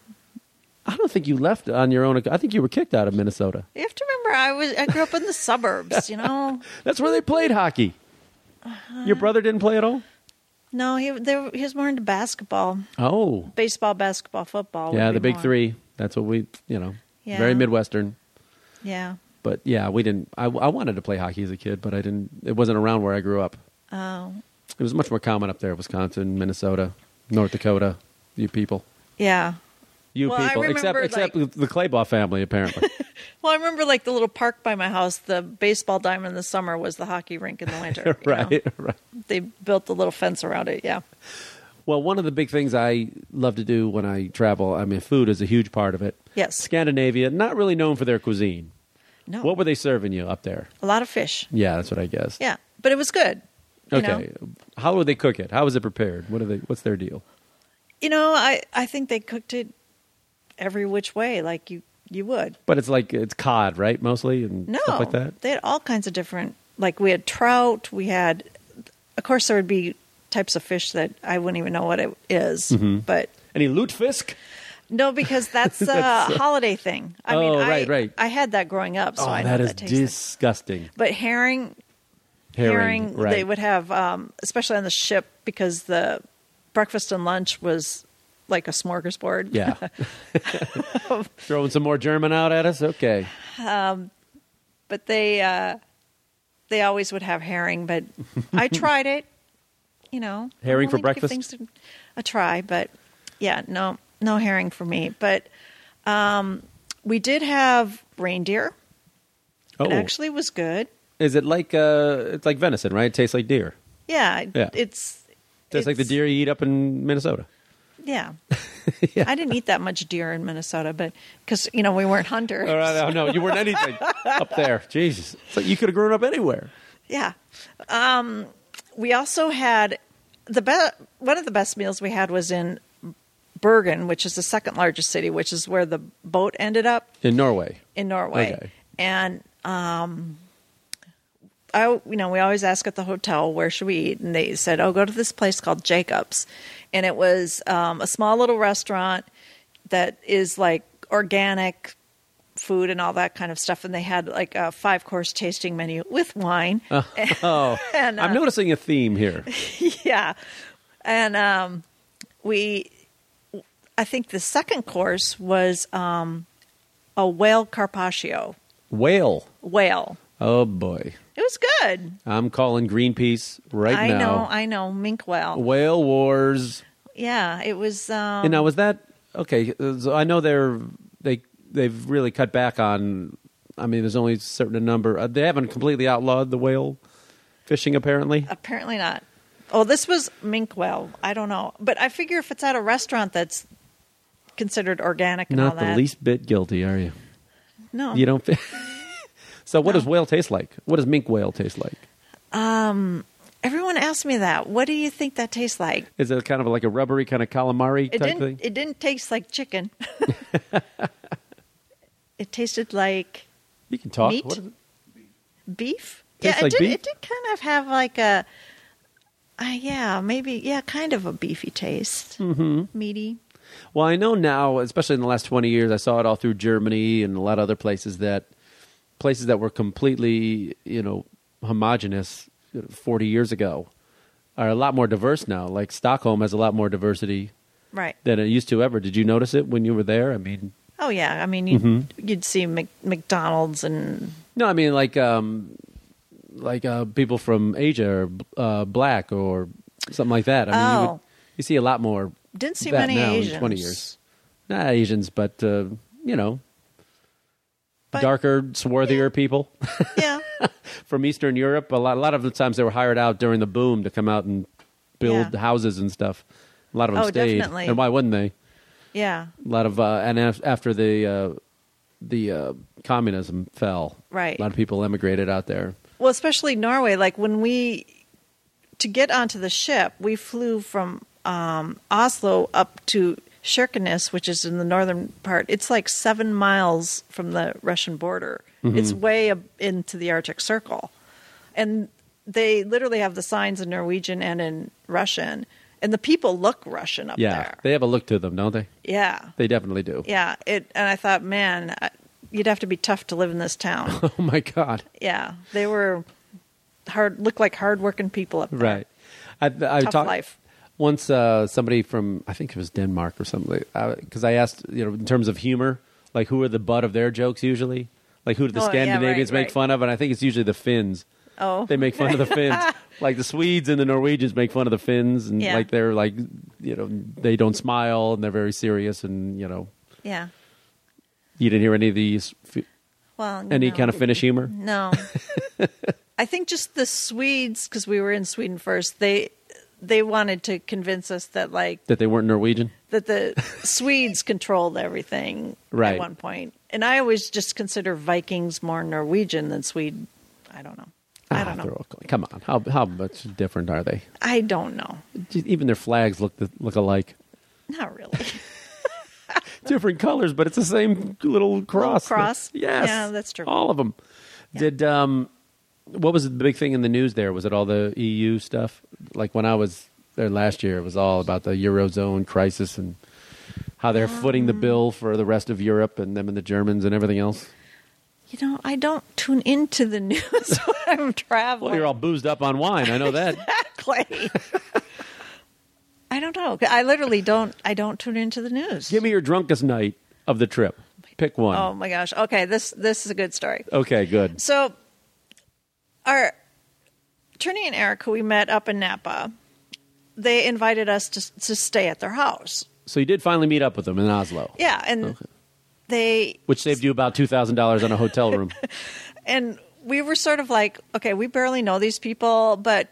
I don't think you left on your own. I think you were kicked out of Minnesota.
You have to remember, I was I grew up in the suburbs. You know,
That's where they played hockey.
Uh-huh.
Your brother didn't play at all.
no, he they, he was more into basketball,
Oh,
baseball, basketball, football. would
yeah,
be
the big
more-
three. That's what we, you know,
Yeah.
very midwestern.
Yeah.
But yeah, we didn't. I, I wanted to play hockey as a kid, but I didn't. It wasn't around where I grew up.
Oh,
It was much more common up there: Wisconsin, Minnesota, North Dakota. You people,
yeah.
you
Well, I
people. except
remember,
except
like-
the Claybaugh family, apparently.
Well, I remember like the little park by my house. The baseball diamond in the summer was the hockey rink in the winter. you know?
right, right.
They built the little fence around it. Yeah.
Well, one of the big things I love to do when I travel, I mean, food is a huge part of it.
Yes.
Scandinavia, not really known for their cuisine.
No.
What were they serving you up there?
a lot of fish.
Yeah, that's what I guessed.
Yeah, but it was good. You
Okay.
Know?
How would they cook it? How is it prepared? What are they? What's their deal?
You know, I I think they cooked it every which way, like you you would.
But it's like it's cod, right? Mostly and
No,
stuff like that.
they had all kinds of different. Like we had trout. We had, of course, there would be types of fish that I wouldn't even know what it is,
Mm-hmm.
but
Any lutefisk?
No, because that's a holiday thing. I mean,
Oh,
I,
right, right.
I had that growing up, so
oh,
I know
that is
tastes like-
disgusting.
But herring, herring,
Herring, right?
they would have, um, especially on the ship, because the breakfast and lunch was like a smorgasbord.
yeah. Throwing some more German out at us. Okay.
but they uh, they always would have herring. But I tried it. You know, I'm
Herring for
willing to give
breakfast?
things a try, but yeah, no, no herring for me. But um, we did have reindeer.
Oh,
It actually was good.
is it like uh? It's like venison, right? It tastes like deer.
Yeah, it-
Yeah.
it's
Tastes like the
it's-
deer you eat up in Minnesota.
Yeah. I didn't eat that much deer in Minnesota, but because you know we weren't hunters.
All right, no, no, you weren't anything up there. Jesus, it's like you could have grown up anywhere.
Yeah. Um, we also had the best. One of the best meals we had was in Bergen, which is the second largest city, which is where the boat ended up
In Norway,
in Norway.
Okay.
And um, I, you know, we always ask at the hotel where should we eat, and they said, "Oh, go to this place called Jacobs," and it was um, a small little restaurant that is like organic food and all that kind of stuff. And they had like a five course tasting menu with wine.
oh,
And, uh,
I'm noticing a theme here.
yeah, and um, we, I think the second course was um, a whale carpaccio.
Whale.
Whale.
Oh boy,
It was good.
I'm calling Greenpeace right
I
now.
know, I know. Mink whale.
Whale wars.
Yeah, it was. Um,
and now was that okay? uh, So I know they're they they've really cut back on. I mean, there's only a certain number. uh, They haven't completely outlawed the whale fishing, apparently.
apparently not. Oh, this was mink whale. I don't know, but I figure if it's at a restaurant that's considered organic and all
Not the
that,
least bit guilty, are you?
no,
You don't. Fi- so what
No.
does whale taste like? What does mink whale taste like?
Everyone asked me that. What do you think that tastes like?
Is it kind of like a rubbery kind of calamari
It
type
didn't.
thing?
It didn't taste like chicken. it tasted like
you can talk.
meat?
What is it?
beef.
Tastes
yeah, it
like
did.
beef?
It did kind of have like a, uh, yeah, maybe yeah, kind of a beefy taste, mm-hmm. meaty.
Well, I know now, especially in the last 20 years, I saw it all through Germany and a lot of other places that places that were completely, you know, homogenous 40 years ago are a lot more diverse now. Like Stockholm has a lot more diversity
Right.
than it used to ever. Did you notice it when you were there? I mean,
Oh yeah. I mean, you'd,
Mm-hmm.
you'd see Mc, McDonald's and
no, I mean like um like uh people from Asia or uh black or something like that. I mean, you,
Oh.
would, you see a lot more
didn't see
that
many
now
Asians.
in 20 years. Not Asians, but uh, you know,
But-
darker, swarthier people
Yeah.
from Eastern Europe. A lot, a lot of the times they were hired out during the boom to come out and build
Yeah.
houses and stuff. A lot of them
Oh,
stayed,
definitely.
and why wouldn't they?
Yeah.
A lot of uh, and af- after the uh, the uh, communism fell,
Right.
A lot of people emigrated out there.
Well, especially Norway. Like when we to get onto the ship, we flew from um, Oslo up to Kirkenes, which is in the northern part. It's like seven miles from the Russian border.
Mm-hmm.
It's way up into the Arctic Circle, and they literally have the signs in Norwegian and in Russian, and the people look Russian up
Yeah,
there.
they have a look to them, don't they?
yeah,
They definitely do.
yeah. It and I thought, man, I, you'd have to be tough to live in this town.
Oh my God!
Yeah, they were hard. Looked like hardworking people up there.
Right. I, I
Tough
talked
life.
once. Uh, somebody from I think it was Denmark or something. Because I asked, you know, in terms of humor, like who are the butt of their jokes usually? Like who do the
Oh, yeah,
Scandinavians
right,
make
right.
fun of? And I think it's usually the Finns.
Oh,
They make fun of the Finns. Like the Swedes and the Norwegians make fun of the Finns, and
Yeah.
like they're like, you know, they don't smile and they're very serious, and you know,
yeah.
you didn't hear any of these f-
Well,
any
no.
kind of Finnish humor.
no. I think just the Swedes, because we were in Sweden first. They they wanted to convince us that like
That they weren't Norwegian.
that the Swedes controlled everything
Right.
at one point. And I always just consider Vikings more Norwegian than Swede. I don't know. I
Ah,
don't
they're
know.
all- Come on, how how much different are they?
I don't know.
Just, even their flags look the, look alike.
Not really.
different colors, but it's the same little cross.
cross?
Yes.
Yeah, that's true.
All of them. Did um, what was the big thing in the news? There was it all the EU stuff. Like when I was there last year, it was all about the eurozone crisis and how they're footing the
Um.
bill for the rest of Europe and them and the Germans and everything else.
You know, I don't tune into the news when I'm traveling.
Well, you're all boozed up on wine. I know that.
Clay. I don't know. I literally don't. I don't tune into the news.
Give me your drunkest night of the trip. Pick one.
Oh my gosh. Okay, this this is a good story.
Okay, good.
So, our Trini and Eric, who we met up in Napa, they invited us to to stay at their house.
So you did finally meet up with them in Oslo,
Yeah, and they
which saved you about two thousand dollars on a hotel room.
and we were sort of like, okay, we barely know these people, but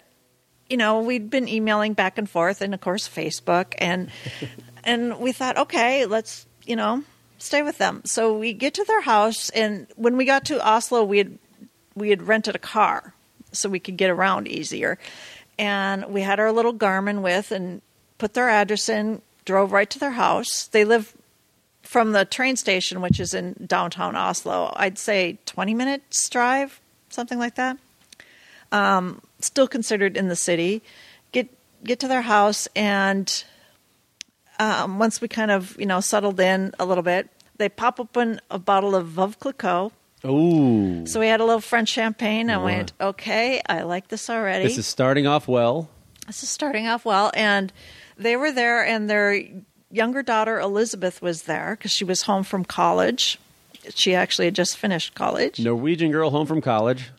you know, we'd been emailing back and forth, and of course Facebook, and and we thought, okay, let's you know stay with them. So we get to their house, and when we got to Oslo, we had we had rented a car so we could get around easier, and we had our little Garmin with, and put their address in, drove right to their house. They live from the train station, which is in downtown Oslo, I'd say 20 minutes drive, something like that. Um, still considered in the city. Get get to their house, and um, once we kind of you know settled in a little bit, they pop open a bottle of Veuve Clicquot.
Ooh.
So we had a little French champagne. I
Wow.
went, okay, I like this already.
This is starting off well.
This is starting off well. And they were there, and their younger daughter, Elizabeth, was there because she was home from college. She actually had just finished college.
Norwegian girl home from college.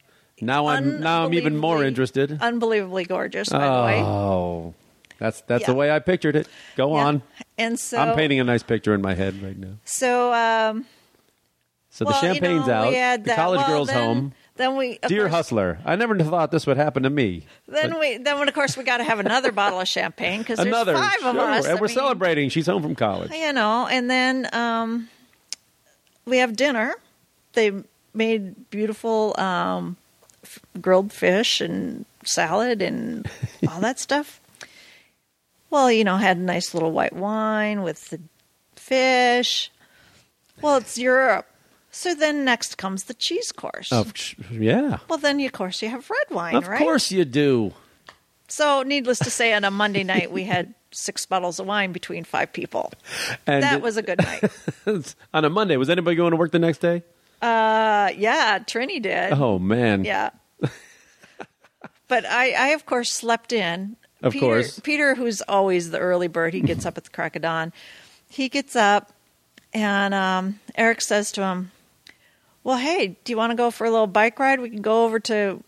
Now I'm now I'm even more
Unbelievably-
interested.
Unbelievably gorgeous, by the way.
Oh, that's that's the
Yeah.
way I pictured it. Go
Yeah.
on.
And so
I'm painting a nice picture in my head right now.
So um
So
well,
the
you
champagne's
know,
out.
we had
The
that-
college
well,
girl's
then-
home.
Then we of
Dear
course,
hustler, I never thought this would happen to me.
Then we then when of course we got to have another bottle of champagne because there's
Another,
five of
sure,
us.
and
I
we're
mean,
celebrating. She's home from college.
You know, and then um, we have dinner. They made beautiful um, f- grilled fish and salad and all that stuff. Well, you know, had a nice little white wine with the fish. Well, it's Europe. So then next comes the cheese course.
Of ch- yeah.
Well, then of course you have red wine,
Of
right?
course you do.
So, needless to say, on a Monday night we had six bottles of wine between five people.
And
that
it-
was a good night.
on a Monday. Was anybody going to work the next day?
Uh, yeah, Trini did.
Oh man.
Uh, Yeah. but I, I, of course, slept in.
Of
Peter,
course.
Peter, who's always the early bird, he gets up at the crack of dawn. He gets up, and um, Eric says to him, Well, hey, do you want to go for a little bike ride? We can go over to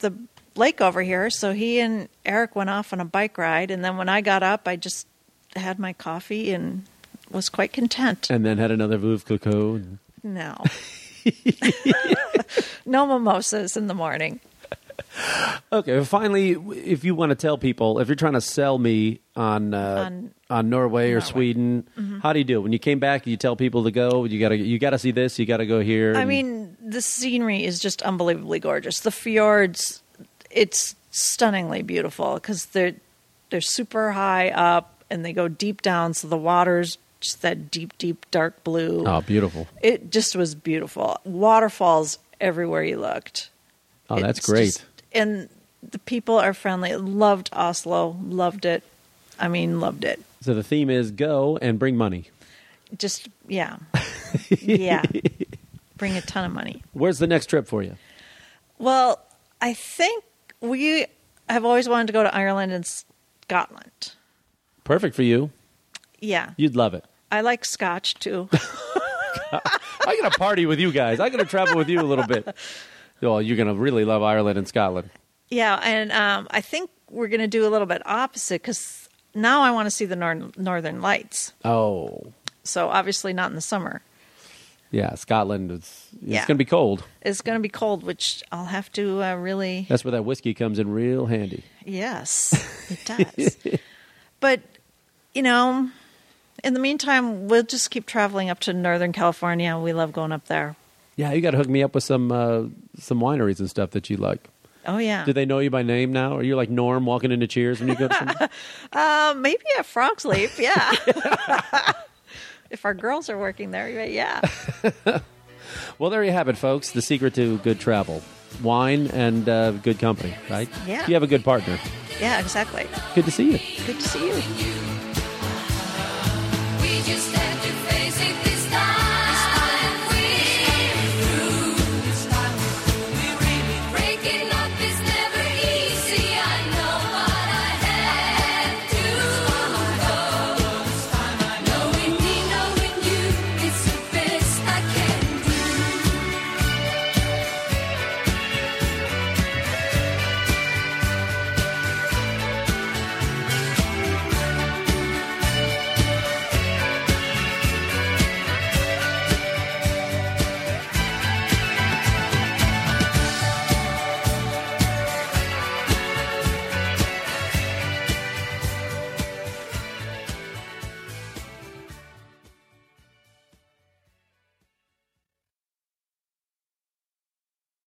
the lake over here. So he and Eric went off on a bike ride. And then when I got up, I just had my coffee and was quite content.
And then had another Veuve Clicquot. and-
No. no mimosas in the morning.
Okay. well, Finally, if you want to tell people, if you're trying to sell me on uh, on,
On-
Norway or
Norway. Mm-hmm.
Sweden, how do you do it? When you came back, you tell people to go. You gotta you gotta see this. You gotta go here.
I
and-
mean, the scenery is just unbelievably gorgeous. The fjords, it's stunningly beautiful because they're they're super high up and they go deep down, so the water's just that deep, deep dark blue.
oh, beautiful.
It just was beautiful. Waterfalls everywhere you looked.
Oh, that's
It's
great.
just- and the people are friendly. Loved Oslo. Loved it. I mean, loved it.
so the theme is go and bring money.
Just yeah, yeah. Bring a ton of money.
Where's the next trip for you?
Well, I think we have always wanted to go to Ireland and Scotland.
Perfect for you.
Yeah.
You'd love it.
I like scotch too.
I'm gonna party with you guys. I'm gonna travel with you a little bit. Oh, you're gonna really love Ireland and Scotland.
yeah, and um, I think we're going to do a little bit opposite cuz now I want to see the nor- northern lights.
Oh,
So obviously not in the summer.
yeah, Scotland. It's it's
Yeah.
gonna be cold.
It's going to be cold, which I'll have to uh, really
That's where that whiskey comes in real handy.
Yes, it does. but, you know, in the meantime, we'll just keep traveling up to northern California. We love going up there.
Yeah, you got to hook me up with some uh, some wineries and stuff that you like.
Oh yeah.
Do they know you by name now? Are you like Norm walking into Cheers when you go to some?
Uh, maybe at Frog's Leap, yeah. if our girls are working there, yeah, yeah.
well, there you have it, folks. The secret to good travel: wine and uh, good company, right?
Yeah.
You have a good partner.
Yeah, exactly.
Good to see you.
Good to see you.
We just had to face it. This